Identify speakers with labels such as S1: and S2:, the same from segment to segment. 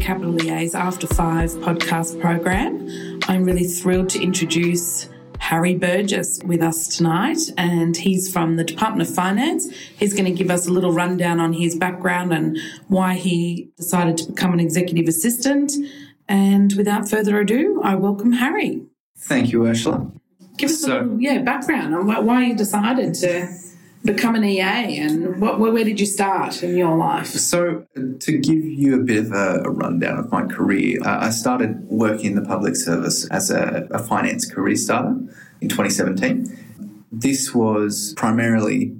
S1: Capital Liaise After Five podcast program. I'm really thrilled to introduce Harry Burgess with us tonight, and he's from the Department of Finance. He's going to give us a little rundown on his background and why he decided to become an executive assistant. And without further ado, I welcome Harry.
S2: Thank you, Ursula.
S1: Give us a
S2: So-
S1: little, yeah background on wh- why you decided to become an EA and what, where, where did you start in your life?
S2: So, uh, to give you a bit of a, a rundown of my career, uh, I started working in the public service as a, a finance career starter in 2017. This was primarily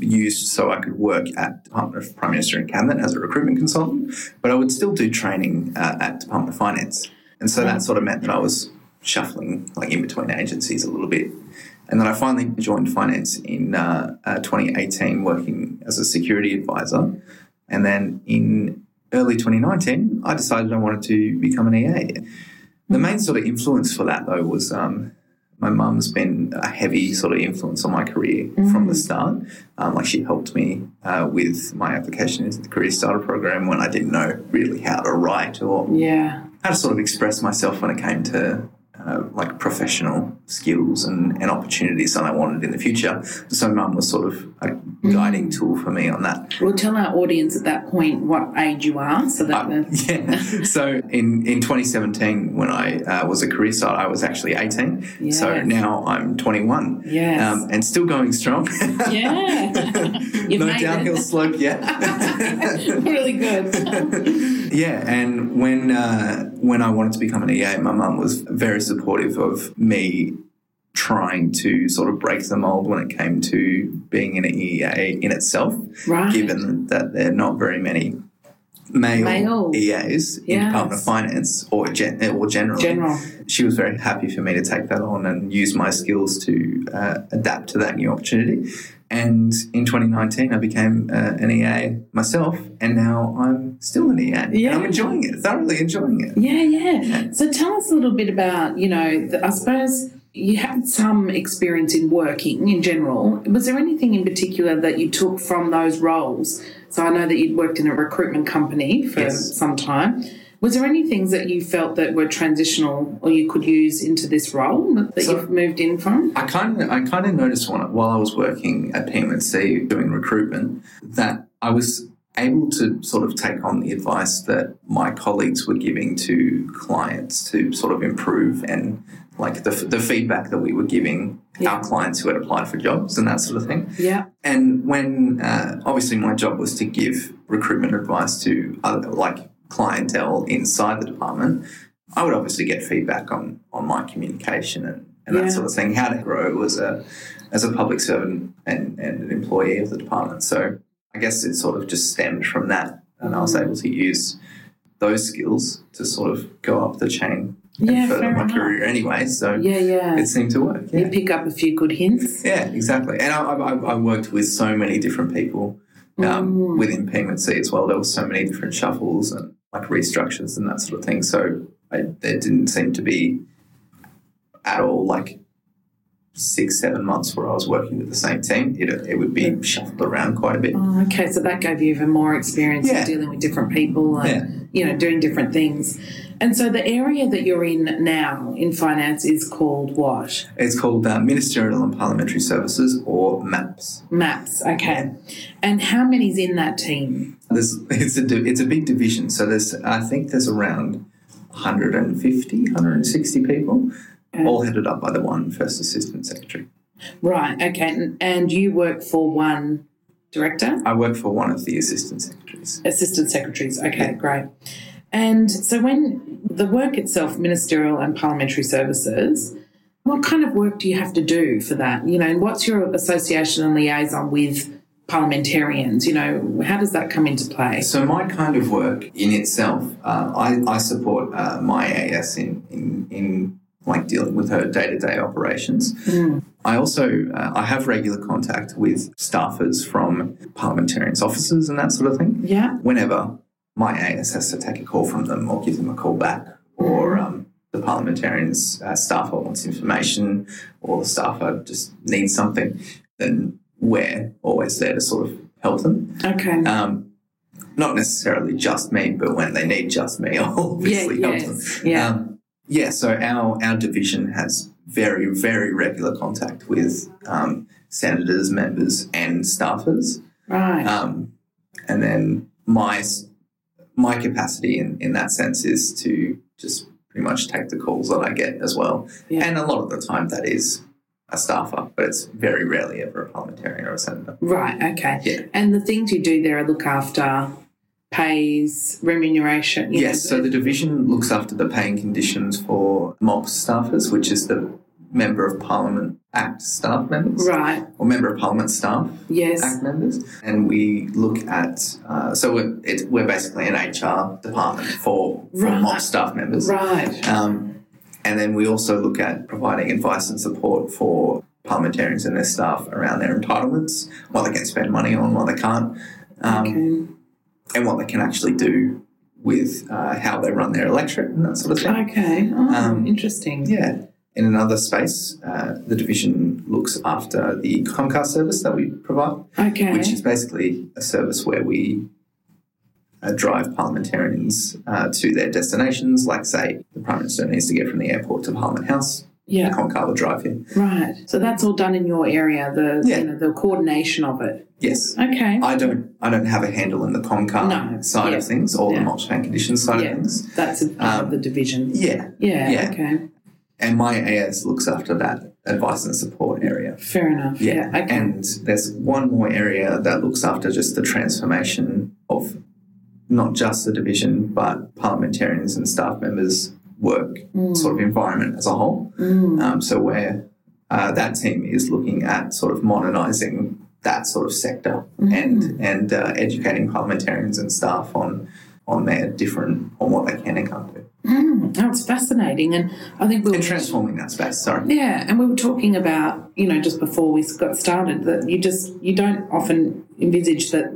S2: used so I could work at Department of Prime Minister and Cabinet as a recruitment consultant, but I would still do training uh, at Department of Finance. And so that sort of meant that I was shuffling like in between agencies a little bit. And then I finally joined finance in uh, uh, 2018, working as a security advisor. And then in early 2019, I decided I wanted to become an EA. The main sort of influence for that, though, was um, my mum's been a heavy sort of influence on my career from the start. Um, like, she helped me uh, with my application into the Career Starter program when I didn't know really how to write or
S1: Yeah.
S2: how to sort of express myself when it came to uh, like professional skills and, and opportunities that I wanted in the future. So mum was sort of a guiding tool for me on that.
S1: We'll tell our audience at that point what age you are so that
S2: Uh,
S1: the,
S2: yeah. So in, in 2017, when I uh, was a career start, I was actually 18. So
S1: Yes.
S2: now I'm 21.
S1: Yes.
S2: Um, and still going strong.
S1: yeah. You've
S2: no
S1: made it.
S2: downhill slope yet.
S1: really good.
S2: yeah, and when uh, when I wanted to become an EA, my mum was very supportive of me trying to sort of break the mold when it came to being an EA in itself,
S1: Right.
S2: given that there are not very many male,
S1: Male.
S2: EAs in
S1: Yes.
S2: Department of Finance or gen- or generally.
S1: General.
S2: She was very happy for me to take that on and use my skills to uh, adapt to that new opportunity. And in 2019, I became uh, an EA myself, and now I'm still an EA. And
S1: Yeah.
S2: I'm enjoying it, thoroughly enjoying it.
S1: Yeah, yeah. So tell us a little bit about, you know, the, I suppose you had some experience in working in general. Was there anything in particular that you took from those roles? So I know that you'd worked in a recruitment company for
S2: Yes.
S1: some time. Was there any things that you felt that were transitional or you could use into this role that
S2: So-
S1: you've moved in from?
S2: I kind of I kind of noticed when, while I was working at PMNC doing recruitment that I was able to sort of take on the advice that my colleagues were giving to clients to sort of improve and like the, the feedback that we were giving our clients who had applied for jobs and that sort of thing.
S1: Yeah.
S2: And when uh, obviously my job was to give recruitment advice to other, like clientele inside the department, I would obviously get feedback on on my communication and, and
S1: Yeah.
S2: that sort of thing, how to grow as a as a public servant and, and an employee of the department. So I guess it sort of just stemmed from that, and I was
S1: Mm-hmm.
S2: able to use those skills to sort of go up the chain and
S1: Yeah,
S2: further
S1: fair
S2: my
S1: enough.
S2: career anyway. So
S1: Yeah, yeah.
S2: it seemed to work. yeah.
S1: You pick up a few good hints.
S2: Yeah, exactly. And I, I, I worked with so many different people um, within PMC as well. There were so many different shuffles and like restructures and that sort of thing. So I, there didn't seem to be at all like six, seven months where I was working with the same team. It, it would be shuffled around quite a bit.
S1: Oh, okay, so that gave you even more experience
S2: Yeah.
S1: in dealing with different people and
S2: Yeah.
S1: you know doing different things. And so the area that you're in now in finance is called what?
S2: It's called uh, Ministerial and Parliamentary Services or MAPS.
S1: Maps. Okay, and how many's in that team?
S2: There's, it's, a, di- it's a big division. So there's, I think there's around 150, 160 people, all headed up by the one first assistant secretary.
S1: Right. Okay, and, and you work for one director,
S2: I work for one of the assistant secretaries.
S1: assistant secretaries. Okay, great. And so when the work itself, ministerial and parliamentary services. What kind of work do you have to do for that? You know, and what's your association and liaison with parliamentarians? You know, how does that come into play?
S2: So my kind of work in itself, uh, I, I support uh, my AS in, in, in like dealing with her day-to-day operations. I also uh, I have regular contact with staffers from parliamentarians' offices and that sort of thing.
S1: Yeah.
S2: whenever my AS has to take a call from them or give them a call back, or um, the parliamentarian's uh, staffer wants information, or the staffer just needs
S1: Mm-hmm.
S2: something, then we're always there to sort of help them.
S1: Okay.
S2: Um, not necessarily just me, but when they need just me, I'll obviously
S1: Yeah,
S2: help
S1: yes,
S2: them.
S1: yeah.
S2: Um, yeah, so our, our division has very, very regular contact with um, senators, members, and staffers.
S1: Right.
S2: Um, and then my s- my capacity in, in that sense is to just pretty much take the calls that I get as well.
S1: Yeah.
S2: And a lot of the time that is a staffer, but it's very rarely ever a parliamentarian or a senator.
S1: right. Okay.
S2: Yeah.
S1: And the things you do there are look after pays, remuneration. you know,
S2: Yes, so the division looks after the paying conditions for MOP staffers, which is the Member of Parliament Act staff members,
S1: Right.
S2: or Member of Parliament staff
S1: Yes.
S2: Act members, and we look at. Uh, so we're, it, we're basically an HR department for, for
S1: Right.
S2: mob staff members,
S1: Right.
S2: um, and then we also look at providing advice and support for parliamentarians and their staff around their entitlements, what they can spend money on, what they can't, um, and what they can actually do with uh, how they run their electorate and that sort of thing.
S1: okay. Okay. Oh,
S2: Um,
S1: interesting.
S2: Yeah. In another space, uh, the division looks after the Comcast service that we provide,
S1: Okay.
S2: which is basically a service where we uh, drive parliamentarians uh, to their destinations. Like, say, the Prime Minister needs to get from the airport to Parliament House,
S1: yeah.
S2: Comcar will drive him.
S1: Right. So that's all done in your area. The
S2: Yeah.
S1: you know the coordination of it.
S2: Yes.
S1: Okay.
S2: I don't. I don't have a handle in the Comcar
S1: No.
S2: side
S1: Yeah.
S2: of things or
S1: Yeah.
S2: the multi paying conditions side
S1: Yeah.
S2: of things.
S1: that's a part of
S2: um,
S1: the division.
S2: Yeah,
S1: Yeah,
S2: yeah.
S1: Okay.
S2: and my AS looks after that advice and support area.
S1: Fair enough. Yeah. okay.
S2: And there's one more area that looks after just the transformation of not just the division, but parliamentarians and staff members' work
S1: Mm.
S2: sort of environment as a whole.
S1: Mm.
S2: Um, so, where uh, that team is looking at sort of modernising that sort of sector
S1: Mm-hmm.
S2: and and uh, educating parliamentarians and staff on on their different on what they can and can't do
S1: Mm. That's fascinating. And I think we
S2: and
S1: were
S2: transforming that space. Sorry.
S1: Yeah, and we were talking about, you know, just before we got started that you just you don't often envisage that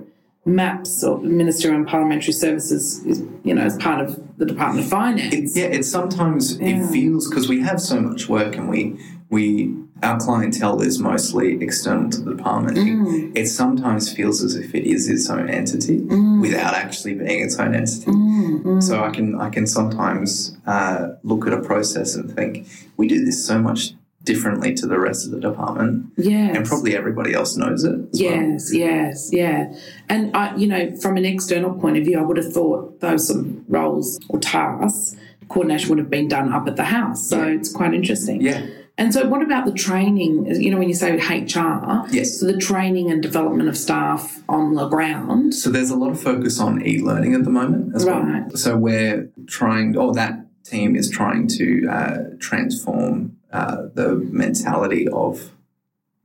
S1: maps or minister and parliamentary services is you know, as part of the Department of Finance.
S2: It, yeah, it's sometimes
S1: Yeah.
S2: it feels because we have so much work and we we our clientele is mostly external to the department.
S1: Mm.
S2: It sometimes feels as if it is its own entity
S1: Mm.
S2: without actually being its own entity.
S1: Mm, mm.
S2: So I can I can sometimes uh, look at a process and think we do this so much differently to the rest of the department,
S1: Yes.
S2: and probably everybody else knows it. As well.
S1: Yes, yes, yeah. And I, you know, from an external point of view, I would have thought those sort of roles or tasks coordination would have been done up at the house. So it's quite interesting.
S2: Yeah.
S1: And so, what about the training? You know, when you say HR,
S2: Yes.
S1: so the training and development of staff on the ground.
S2: So there's a lot of focus on e-learning at the moment as well.
S1: Right.
S2: So we're trying, or that team is trying to uh, transform uh, the mentality of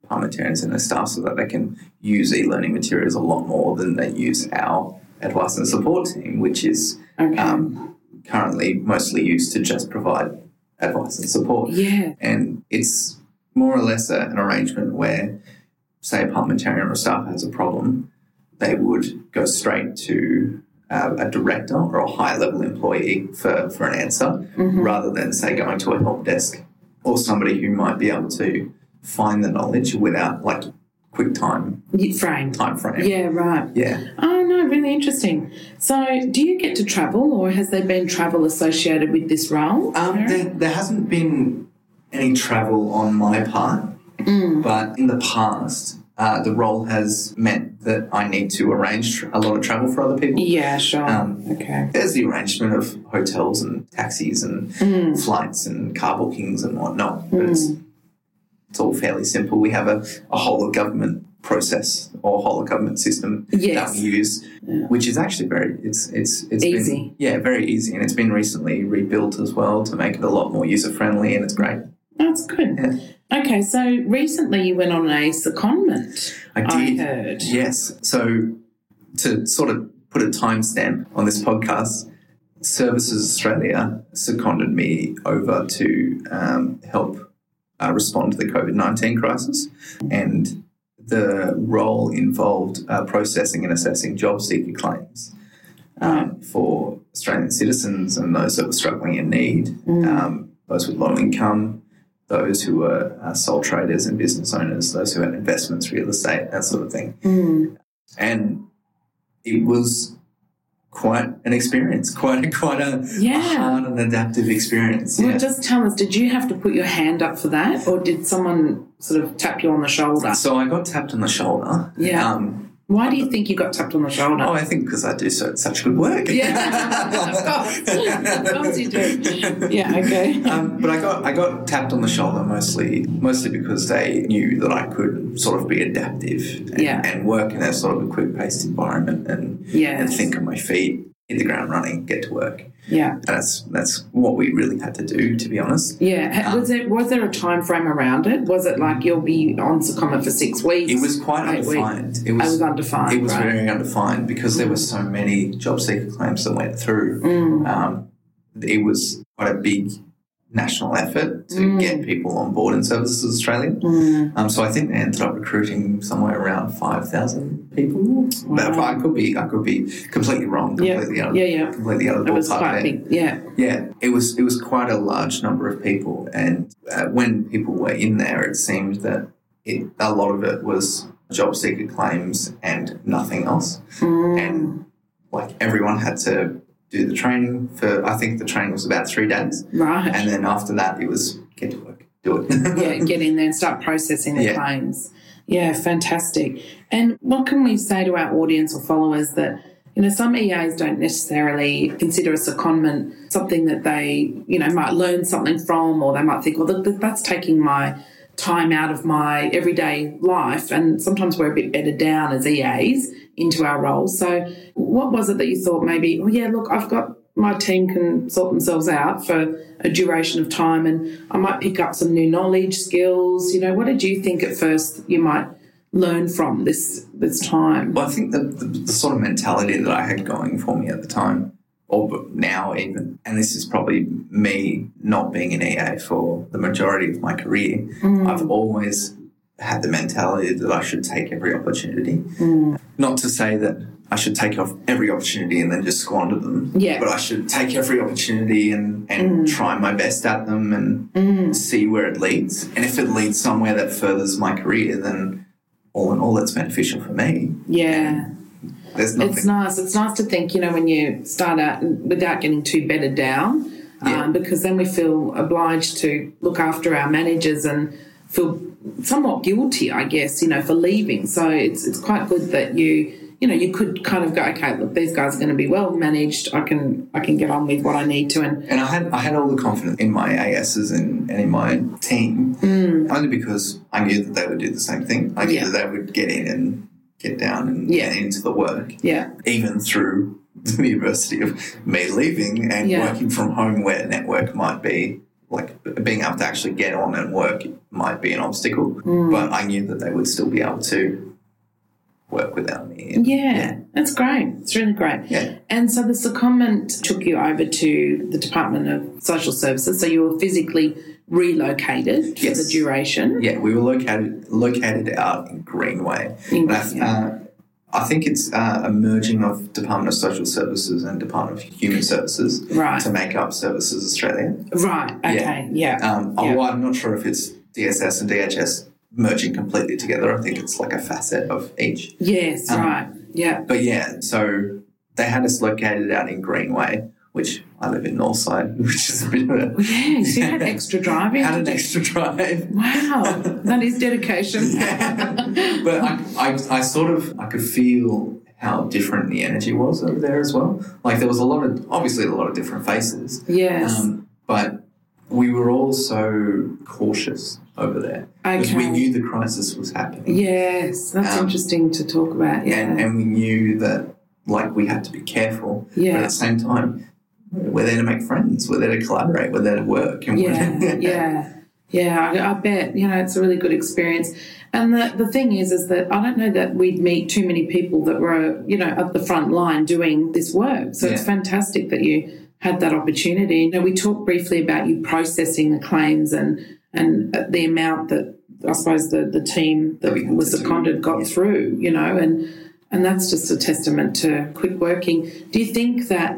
S2: parliamentarians and their staff so that they can use e-learning materials a lot more than they use our advice and support team, which is
S1: Okay.
S2: um, currently mostly used to just provide advice and support.
S1: yeah.
S2: And it's more or less a, an arrangement where, say, a parliamentarian or a staff has a problem, they would go straight to uh, a director or a high level employee for, for an answer
S1: Mhm.
S2: rather than, say, going to a help desk or somebody who might be able to find the knowledge without like quick time
S1: Y- Framed.
S2: time frame.
S1: Yeah. Right.
S2: Yeah.
S1: Oh no, really interesting. So, do you get to travel, or has there been travel associated with this role?
S2: Um,
S1: Erin?
S2: there, there hasn't been any travel on my part,
S1: Mm.
S2: but in the past, uh, the role has meant that I need to arrange tr- a lot of travel for other people.
S1: Yeah. Sure.
S2: Uh, Um,
S1: okay.
S2: There's the arrangement of hotels and taxis and
S1: Mm.
S2: flights and car bookings and whatnot, but it's, it's all fairly simple. We have a, a whole of government process or whole of government system
S1: Yes.
S2: that we use,
S1: Yeah.
S2: which is actually very it's it's it's been-
S1: Easy.
S2: yeah, very easy, and it's been recently rebuilt as well to make it a lot more user friendly, and it's great.
S1: That's good. Okay, so recently you went on a secondment.
S2: I
S1: I
S2: did.
S1: heard.
S2: Yes. So to sort of put a timestamp on this podcast, Services Australia seconded me over to um, help uh, respond to the COVID 19 crisis. And the role involved uh, processing and assessing job seeker claims um, for Australian citizens and those that were struggling in need,
S1: Mm.
S2: um, those with low income, those who were uh, sole traders and business owners, those who had investments, real estate, that sort of thing.
S1: Mm.
S2: And it was quite an experience, quite a, quite a,
S1: Yeah.
S2: a hard and adaptive experience.
S1: Well,
S2: yeah.
S1: just tell us, did you have to put your hand up for that, or did someone sort of tap you on the shoulder?
S2: so I got tapped on the shoulder.
S1: Yeah.
S2: Um,
S1: Why do you think you got tapped on the shoulder?
S2: oh, I think because I do so, such good work.
S1: Yeah, of course. Of course you do. Yeah, okay.
S2: Um, but I got I got tapped on the shoulder mostly mostly because they knew that I could sort of be adaptive and,
S1: Yeah.
S2: and work in a sort of a quick paced environment and
S1: Yes.
S2: and think on my feet, hit the ground running, get to work.
S1: Yeah,
S2: And that's that's what we really had to do, to be honest.
S1: yeah. Ha- Was there was there a time frame around it? Was it like you'll be on Secoma for six weeks?
S2: It was quite
S1: Eight
S2: undefined. It
S1: I was
S2: was
S1: undefined.
S2: it was
S1: right?
S2: very undefined because there were so many job seeker claims that went through.
S1: Mm.
S2: Um, it was quite a big national effort to
S1: Mm.
S2: get people on board in Services Australia. Um, so I think they ended up recruiting somewhere around five thousand people. But
S1: Wow.
S2: I could be I could be completely wrong,
S1: Yeah.
S2: completely out of
S1: Yeah, yeah.
S2: completely out of the
S1: It was
S2: ballpark
S1: quite
S2: there.
S1: big. Yeah,
S2: Yeah, it was it was quite a large number of people, and uh, when people were in there, it seemed that it, a lot of it was job seeker claims and nothing else,
S1: Mm.
S2: and like everyone had to do the training for. I think the training was about three days,
S1: right.
S2: and then after that, it was get to work, do it.
S1: yeah, get in there and start processing the
S2: Yeah.
S1: claims. Yeah, fantastic. And what can we say to our audience or followers that, you know, some EAs don't necessarily consider a secondment something that they, you know, might learn something from, or they might think, well, th- th- that's taking my time out of my everyday life. And sometimes we're a bit bedded down as EAs into our roles. So, what was it that you thought maybe, oh, yeah, look, I've got my team can sort themselves out for a duration of time and I might pick up some new knowledge, skills. You know, what did you think at first you might learn from this this time?
S2: Well, I think the, the, the sort of mentality that I had going for me at the time, or b- now even, and this is probably me not being an EA for the majority of my career, I've always had the mentality that I should take every opportunity. Not to say that I should take off every opportunity and then just squander them,
S1: Yeah.
S2: but I should take every opportunity and, and try my best at them and see where it leads. And if it leads somewhere that furthers my career, then all in all, that's beneficial for me.
S1: Yeah.
S2: There's
S1: It's
S2: nothing.
S1: nice. It's nice to think, you know, when you start out without getting too bedded down,
S2: Yeah.
S1: um, because then we feel obliged to look after our managers and feel somewhat guilty, I guess, you know, for leaving. So it's it's quite good that you you know you could kind of go, okay, look, these guys are going to be well managed. I can I can get on with what I need to, and
S2: and I had I had all the confidence in my ASs and, and in my team, only because I knew that they would do the same thing. I knew
S1: Mm. Yeah.
S2: that they would get in and get down and
S1: Yeah.
S2: get into the work,
S1: yeah,
S2: even through the university of me leaving and
S1: Yeah.
S2: working from home, where network might be like being able to actually get on and work might be an obstacle.
S1: Mm.
S2: But I knew that they would still be able to work without me.
S1: yeah, that's great. It's really great.
S2: Yeah.
S1: And so the secondment took you over to the Department of Social Services. So you were physically relocated for
S2: Yes.
S1: the duration.
S2: Yeah, we were located located out in Greenway.
S1: In-
S2: And I, uh, I think it's uh, a merging of Department of Social Services and Department of Human Services
S1: Right.
S2: to make up Services Australia.
S1: Right. Okay. Yeah.
S2: Um, oh,
S1: Yeah.
S2: well, I'm not sure if it's DSS and DHS merging completely together. I think it's like a facet of each.
S1: yes.
S2: um,
S1: right. Yeah.
S2: But yeah, so they had us located out in Greenway, which I live in Northside, which is a bit of a,
S1: Yeah. So you had extra driving.
S2: had an extra drive.
S1: wow. That is dedication.
S2: but I, I, I sort of I could feel how different the energy was over there as well. Like there was a lot of obviously a lot of different faces,
S1: yes.
S2: um, but we were all so cautious over there because we
S1: Okay.
S2: knew the crisis was happening,
S1: yes. That's
S2: um,
S1: interesting to talk about. Yeah.
S2: and and we knew that like we had to be careful. But
S1: Yeah.
S2: at the same time, we're there to make friends. We're there to collaborate. We're there to work. And we're-
S1: yeah, yeah, yeah. I, I bet you know it's a really good experience. And the the thing is, is that I don't know that we'd meet too many people that were you know at the front line doing this work. So it's
S2: Yeah.
S1: fantastic that you had that opportunity. You know, we talked briefly about you processing the claims and and uh, the amount that I suppose the the team that
S2: we had
S1: was
S2: to do.
S1: seconded got
S2: Yeah.
S1: through. You know, and and that's just a testament to quick working. Do you think that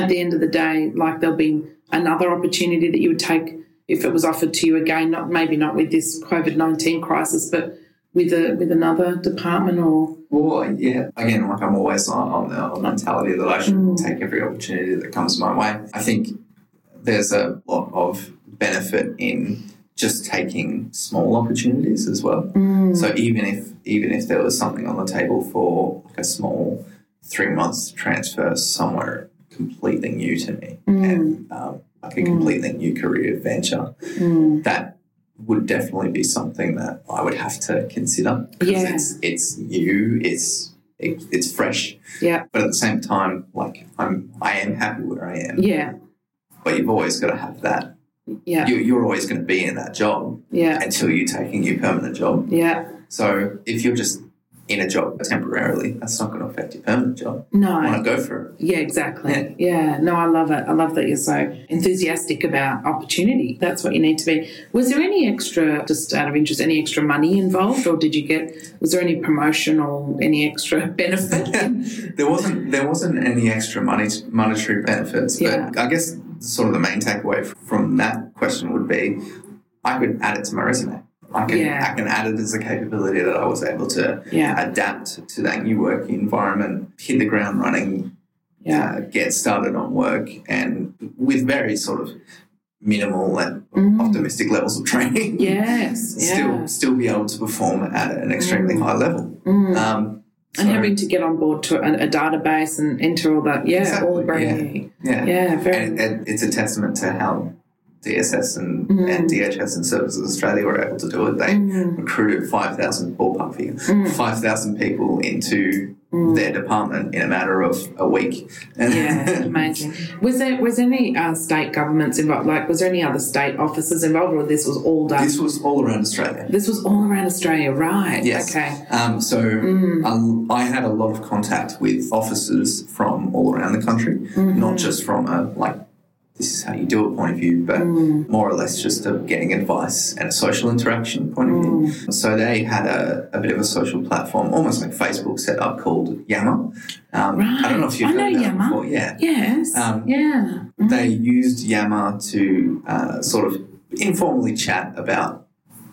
S1: at the end of the day, like there'll be another opportunity that you would take if it was offered to you again? Not maybe not with this COVID nineteen crisis, but with a with another department or
S2: Well, yeah. Again, like I'm always on, on the on the mentality that I should
S1: Mm.
S2: take every opportunity that comes my way. I think there's a lot of benefit in just taking small opportunities as well. So even if even if there was something on the table for like a small three months transfer somewhere completely new to me and um, like a completely new career venture, that would definitely be something that I would have to consider because
S1: Yeah.
S2: it's it's new, it's it, it's fresh,
S1: yeah
S2: but at the same time, like I'm I am happy where I am.
S1: yeah
S2: But you've always got to have that.
S1: yeah
S2: You, you're always going to be in that job
S1: yeah
S2: until you take a new permanent job.
S1: yeah
S2: So if you're just in a job temporarily, that's not going to affect your permanent job. I
S1: no
S2: want to go for it.
S1: yeah exactly yeah no I love it I love that you're so enthusiastic about opportunity that's what you need to be was there any extra just out of interest any extra money involved or did you get was there any promotion or any extra benefit
S2: there wasn't there wasn't any extra money monetary benefits, but I guess sort of the main takeaway f- from that question would be I could add it to my resume. I can
S1: Yeah.
S2: I can add it as a capability that I was able to
S1: yeah
S2: adapt to that new work environment, hit the ground running,
S1: yeah
S2: uh, get started on work, and with very sort of minimal and
S1: Mm.
S2: optimistic levels of training.
S1: yes yeah
S2: still still be able to perform at an extremely high level.
S1: Mm.
S2: Um,
S1: and
S2: so,
S1: having to get on board to a, a database and enter all that yeah all
S2: Exactly,
S1: brand
S2: yeah.
S1: new
S2: yeah,
S1: yeah very
S2: and, and it's a testament to how DSS and,
S1: Mm-hmm.
S2: and DHS and Services Australia were able to do it. They
S1: Mm.
S2: recruited five thousand ballpark figure,
S1: Mm-hmm.
S2: five thousand people into their department in a matter of a week. And
S1: Yeah, amazing. Was there was any uh, state governments involved? Like, was there any other state offices involved, or this was all done? This,
S2: this was all around Australia.
S1: was all around Australia, right?
S2: Yes.
S1: Okay. Mm.
S2: Um, so um, I had a lot of contact with officers from all around the country,
S1: Mm-hmm.
S2: not just from a like this is how you do it point of view, but
S1: Mm.
S2: more or less just a getting advice and a social interaction point of view.
S1: Mm.
S2: So they had a, a bit of a social platform, almost like Facebook set up called Yammer. Um, I don't know if you've
S1: Right. I
S2: heard
S1: know
S2: of that
S1: Yammer.
S2: before. Yeah.
S1: Yes.
S2: Um,
S1: yeah.
S2: They
S1: Mm-hmm.
S2: used Yammer to uh, sort of informally chat about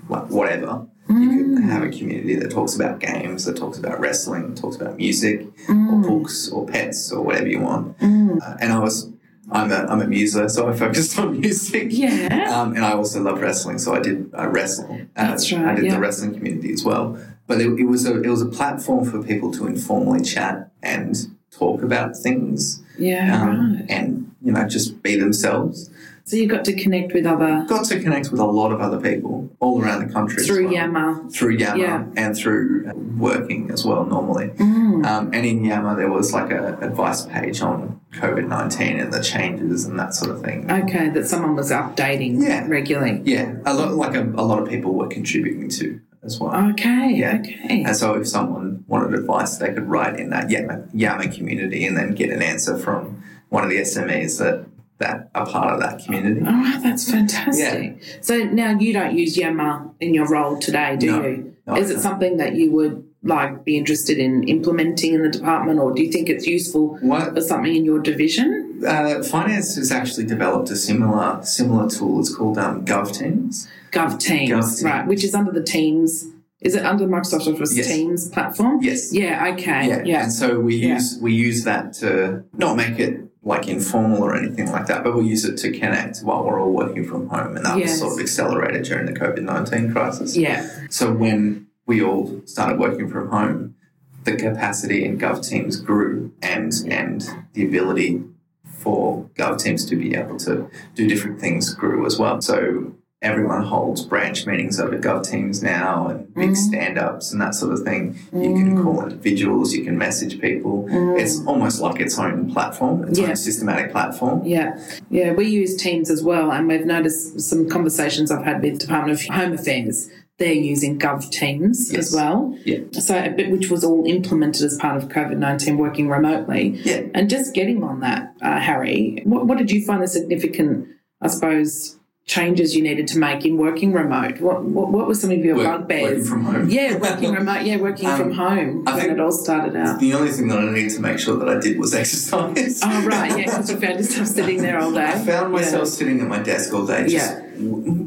S2: like whatever. You
S1: Mm.
S2: could have a community that talks about games, that talks about wrestling, talks about music,
S1: Mm.
S2: or books, or pets, or whatever you want. Uh, and I was, I'm a, I'm a muser, so I focused on music.
S1: Yeah.
S2: Um, and I also love wrestling, so I did I wrestle. Uh,
S1: That's right,
S2: I did
S1: yeah.
S2: the wrestling community as well. But it, it was a it was a platform for people to informally chat and talk about things
S1: Yeah.
S2: um,
S1: right.
S2: and you know just be themselves.
S1: So you got to connect with other
S2: Got to connect with a lot of other people all around the country as
S1: through
S2: well.
S1: Yammer.
S2: through Yammer
S1: Yeah. Hmm.
S2: and through uh, working as well normally.
S1: Mm.
S2: Um, and in Yammer there was like a advice page on COVID nineteen and the changes and that sort of thing.
S1: Okay, that someone was updating
S2: Yeah.
S1: regularly.
S2: Yeah, a lot like a, a lot of people were contributing to as
S1: Oh,
S2: well.
S1: Okay.
S2: Yeah.
S1: Okay.
S2: And so if someone wanted advice, they could write in that Yammer, Yammer community and then get an answer from one of the SMEs that, that are part of that community.
S1: Oh, that's fantastic. So now you don't use Yammer in your role today, do
S2: No,
S1: you?
S2: no, I
S1: Is it
S2: don't.
S1: something that you would like be interested in implementing in the department, or do you think it's useful
S2: What
S1: for something in your division?
S2: uh, finance has actually developed a similar similar tool. It's called um, GovTeams.
S1: Gov Teams,
S2: Gov Teams.
S1: right? Which is under the Teams. Is it under the Microsoft Office
S2: Yes.
S1: Teams platform?
S2: Yes.
S1: Yeah. Okay. Yeah.
S2: And so we
S1: Yeah.
S2: use we use that to not make it like informal or anything like that, but we use it to connect while we're all working from home, and that
S1: Yes.
S2: was sort of accelerated during the COVID nineteen crisis.
S1: Yeah.
S2: So when we all started working from home, the capacity in Gov Teams grew, and and the ability for Gov Teams to be able to do different things grew as well. So everyone holds branch meetings over Gov Teams now, and
S1: Mm.
S2: big stand-ups and that sort of thing. You can call individuals, you can message people.
S1: Mm.
S2: It's almost like its own platform, its
S1: Yeah.
S2: own systematic platform.
S1: Yeah, yeah, we use Teams as well, and we've noticed some conversations I've had with Department of Home Affairs. They're using Gov Teams as
S2: Yes.
S1: well.
S2: Yeah.
S1: So, a bit- which was all implemented as part of COVID 19 working remotely.
S2: Yeah.
S1: And just getting on that, uh, Harry, what, what did you find the significant, I suppose, changes you needed to make in working remote? What, what, what were some of your
S2: Work- working
S1: bugbears?
S2: from home. Um,
S1: Yeah, working remote, yeah, working from home
S2: I
S1: when
S2: think-
S1: it all started out.
S2: The only thing that I needed to make sure that I did was exercise.
S1: Oh, right, yeah, because you found yourself sitting there all day.
S2: I found myself sitting at my desk all day, just
S1: Yeah.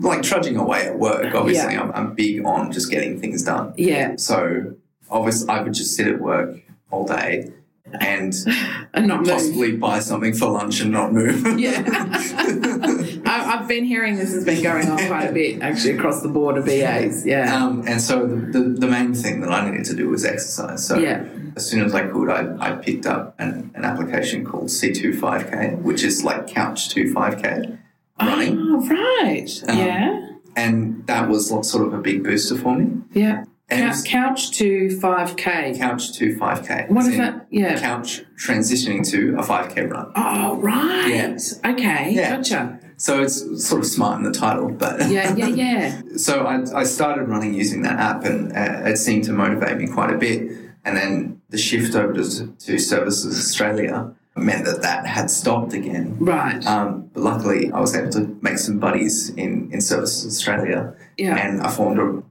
S2: like trudging away at work. Obviously, I'm, I'm big on just getting things done.
S1: Yeah.
S2: So obviously, I would just sit at work all day and
S1: And not move.
S2: possibly buy something for lunch and not move.
S1: Yeah. I, I've been hearing this has been going on quite a bit actually across the board of VAs. Yeah.
S2: Um, and so the, the, the main thing that I needed to do was exercise. So
S1: Yeah.
S2: as soon as I could, I, I picked up an, an application called C25K, which is like Couch to 5K running.
S1: Oh, right.
S2: Um,
S1: yeah.
S2: And that was lo- sort of a big booster for me.
S1: Yeah.
S2: And
S1: Couch, couch to 5K.
S2: Couch to 5K.
S1: What
S2: as
S1: is
S2: in
S1: that? Yeah.
S2: Couch transitioning to a 5K run.
S1: Oh, right. Okay.
S2: Yeah.
S1: Gotcha.
S2: So it's sort of smart in the title, but
S1: Yeah, yeah, yeah.
S2: so I, I started running using that app and uh, it seemed to motivate me quite a bit and then the shift over to, to services australia meant that that had stopped again
S1: Right.
S2: um, but luckily i was able to make some buddies in, in services australia
S1: Yeah.
S2: and i formed a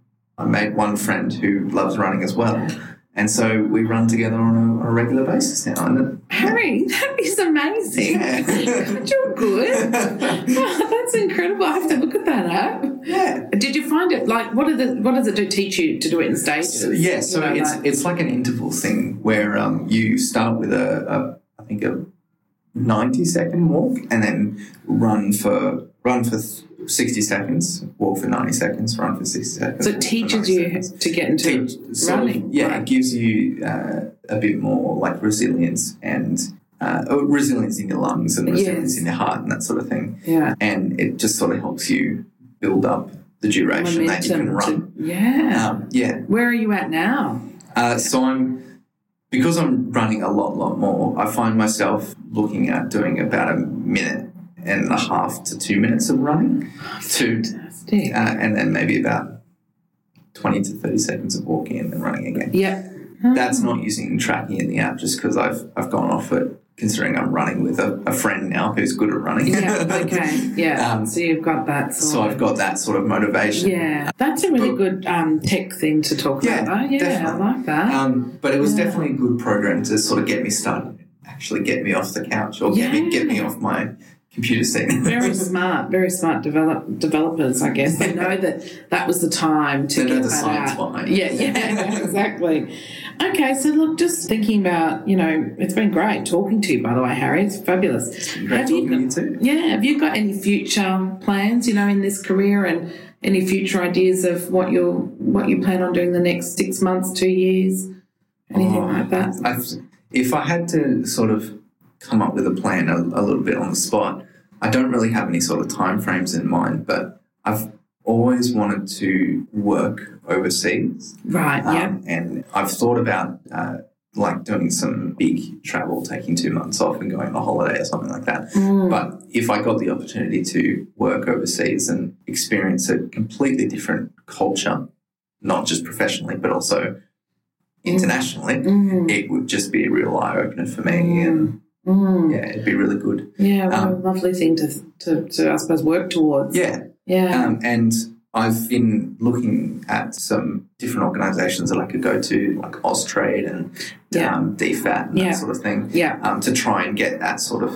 S2: i made one friend who loves running as well and so we run together on a, on a regular basis now and
S1: Harry, that is amazing.
S2: Yeah.
S1: You're good.
S2: it,
S1: Oh, that's incredible. I have to look at that app.
S2: yeah
S1: Did you find it like what are the what does it do, teach you to do it in stages?
S2: Yeah, so
S1: You know,
S2: it's
S1: like-
S2: it's like an interval thing where um, you start with a, a I think a ninety second walk and then run for run for sixty seconds, walk for ninety seconds, run for sixty seconds.
S1: so
S2: walk
S1: it
S2: for
S1: teaches
S2: 90
S1: you
S2: seconds.
S1: to get into
S2: Teach- sort of-
S1: running,
S2: yeah,
S1: right.
S2: it gives you uh, a bit more like resilience and uh, oh, resilience in your lungs and resilience
S1: Yes.
S2: in your heart and that sort of thing,
S1: yeah
S2: and it just sort of helps you build up the duration that you can run.
S1: to- yeah.
S2: um, yeah,
S1: Where are you at now?
S2: uh, so I'm because I'm running a lot, lot more. I find myself looking at doing about a minute and a half to two minutes of running, to uh,
S1: Fantastic.
S2: and then maybe about twenty to thirty seconds of walking and then running again.
S1: Yeah.
S2: That's not using tracking in the app, just because I've I've gone off it. Considering I'm running with a, a friend now who's good at running,
S1: Yeah. Okay. Yeah.
S2: Um,
S1: so you've got that. Sort
S2: so
S1: of-
S2: I've got that sort of motivation.
S1: yeah, that's a really good um, tech thing to talk
S2: Yeah,
S1: about. Oh, Yeah,
S2: definitely.
S1: I like that.
S2: Um, but it was definitely a good program to sort of get me started, actually get me off the couch or get me get me off my computer seat.
S1: very smart, very smart develop, developers, I guess. They know that that was the time to
S2: They know
S1: get
S2: the
S1: that
S2: science
S1: out.
S2: behind it.
S1: Yeah, yeah, exactly. Okay, so look, just thinking about, you know, it's been great talking to you, by the way, Harry. It's fabulous.
S2: Great
S1: Have you
S2: talking to you too.
S1: Yeah, have you got any future plans, you know, in this career and any future ideas of what you'll what you plan on doing the next six months, two years? Anything
S2: Oh,
S1: like that?
S2: I've, if I had to sort of come up with a plan a, a little bit on the spot, I don't really have any sort of timeframes in mind, but I've always wanted to work overseas.
S1: Right,
S2: Um,
S1: yeah.
S2: And I've thought about uh, like doing some big travel, taking two months off and going on a holiday or something like that.
S1: Mm.
S2: But if I got the opportunity to work overseas and experience a completely different culture, not just professionally, but also internationally,
S1: Mm,
S2: it would just be a real eye opener for me. And
S1: mm.
S2: yeah, it'd be really good.
S1: Yeah, what
S2: Um,
S1: a lovely thing to, to, to, I suppose, work towards.
S2: Yeah.
S1: Yeah.
S2: Um, and I've been looking at some different organisations that I could go to, like Austrade and
S1: Yeah.
S2: um, DFAT and
S1: Yeah.
S2: that sort of thing,
S1: yeah.
S2: um, to try and get that sort of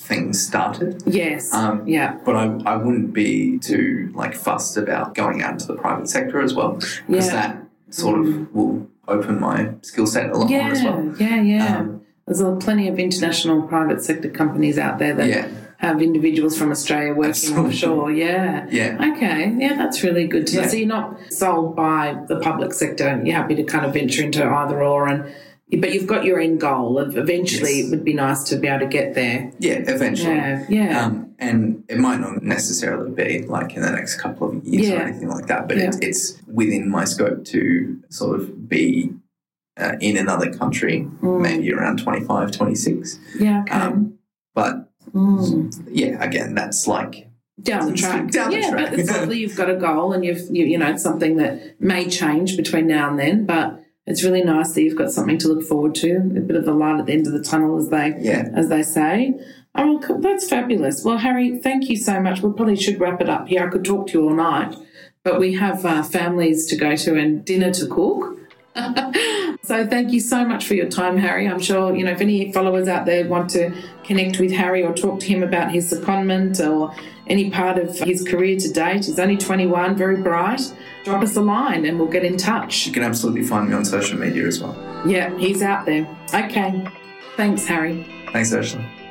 S2: thing started.
S1: Yes.
S2: Um,
S1: yeah.
S2: But I, I wouldn't be too like fussed about going out into the private sector as well, because
S1: Yeah.
S2: that sort of will open my skill set a lot more
S1: Yeah.
S2: as well.
S1: Yeah. Yeah.
S2: Um,
S1: There's a- plenty of international private sector companies out there that
S2: Yeah.
S1: have individuals from Australia working
S2: Absolutely.
S1: offshore. Yeah.
S2: Yeah.
S1: Okay. Yeah, that's really good to know.
S2: Yeah.
S1: So you're not sold by the public sector. You're happy to kind of venture into either or, and but you've got your end goal of eventually
S2: Yes.
S1: it would be nice to be able to get there.
S2: Yeah, eventually.
S1: Yeah. Yeah.
S2: Um, and it might not necessarily be like in the next couple of years or
S1: Yeah.
S2: anything like that, but
S1: Yeah.
S2: it, it's within my scope to sort of be uh, in another country,
S1: Mm.
S2: maybe around 25, 26.
S1: yeah. Okay.
S2: Um, but
S1: Mm.
S2: yeah, again, that's like,
S1: down the track.
S2: Down the
S1: yeah,
S2: track.
S1: but it's lovely you've got a goal and you've you, you know it's something that may change between now and then, but it's really nice that you've got something to look forward to, a bit of a light at the end of the tunnel, as they
S2: yeah,
S1: as they say. Oh, well, cool. that's fabulous. Well, Harry, thank you so much. We probably should wrap it up here. I could talk to you all night, but we have uh, families to go to and dinner to cook. so thank you so much for your time, Harry. I'm sure, you know, if any followers out there want to connect with Harry or talk to him about his secondment or any part of his career to date. He's only 21, very bright. Drop us a line and we'll get in touch.
S2: You can absolutely find me on social media as well.
S1: Yeah, he's out there. Okay. Thanks, Harry.
S2: Thanks, Ashley.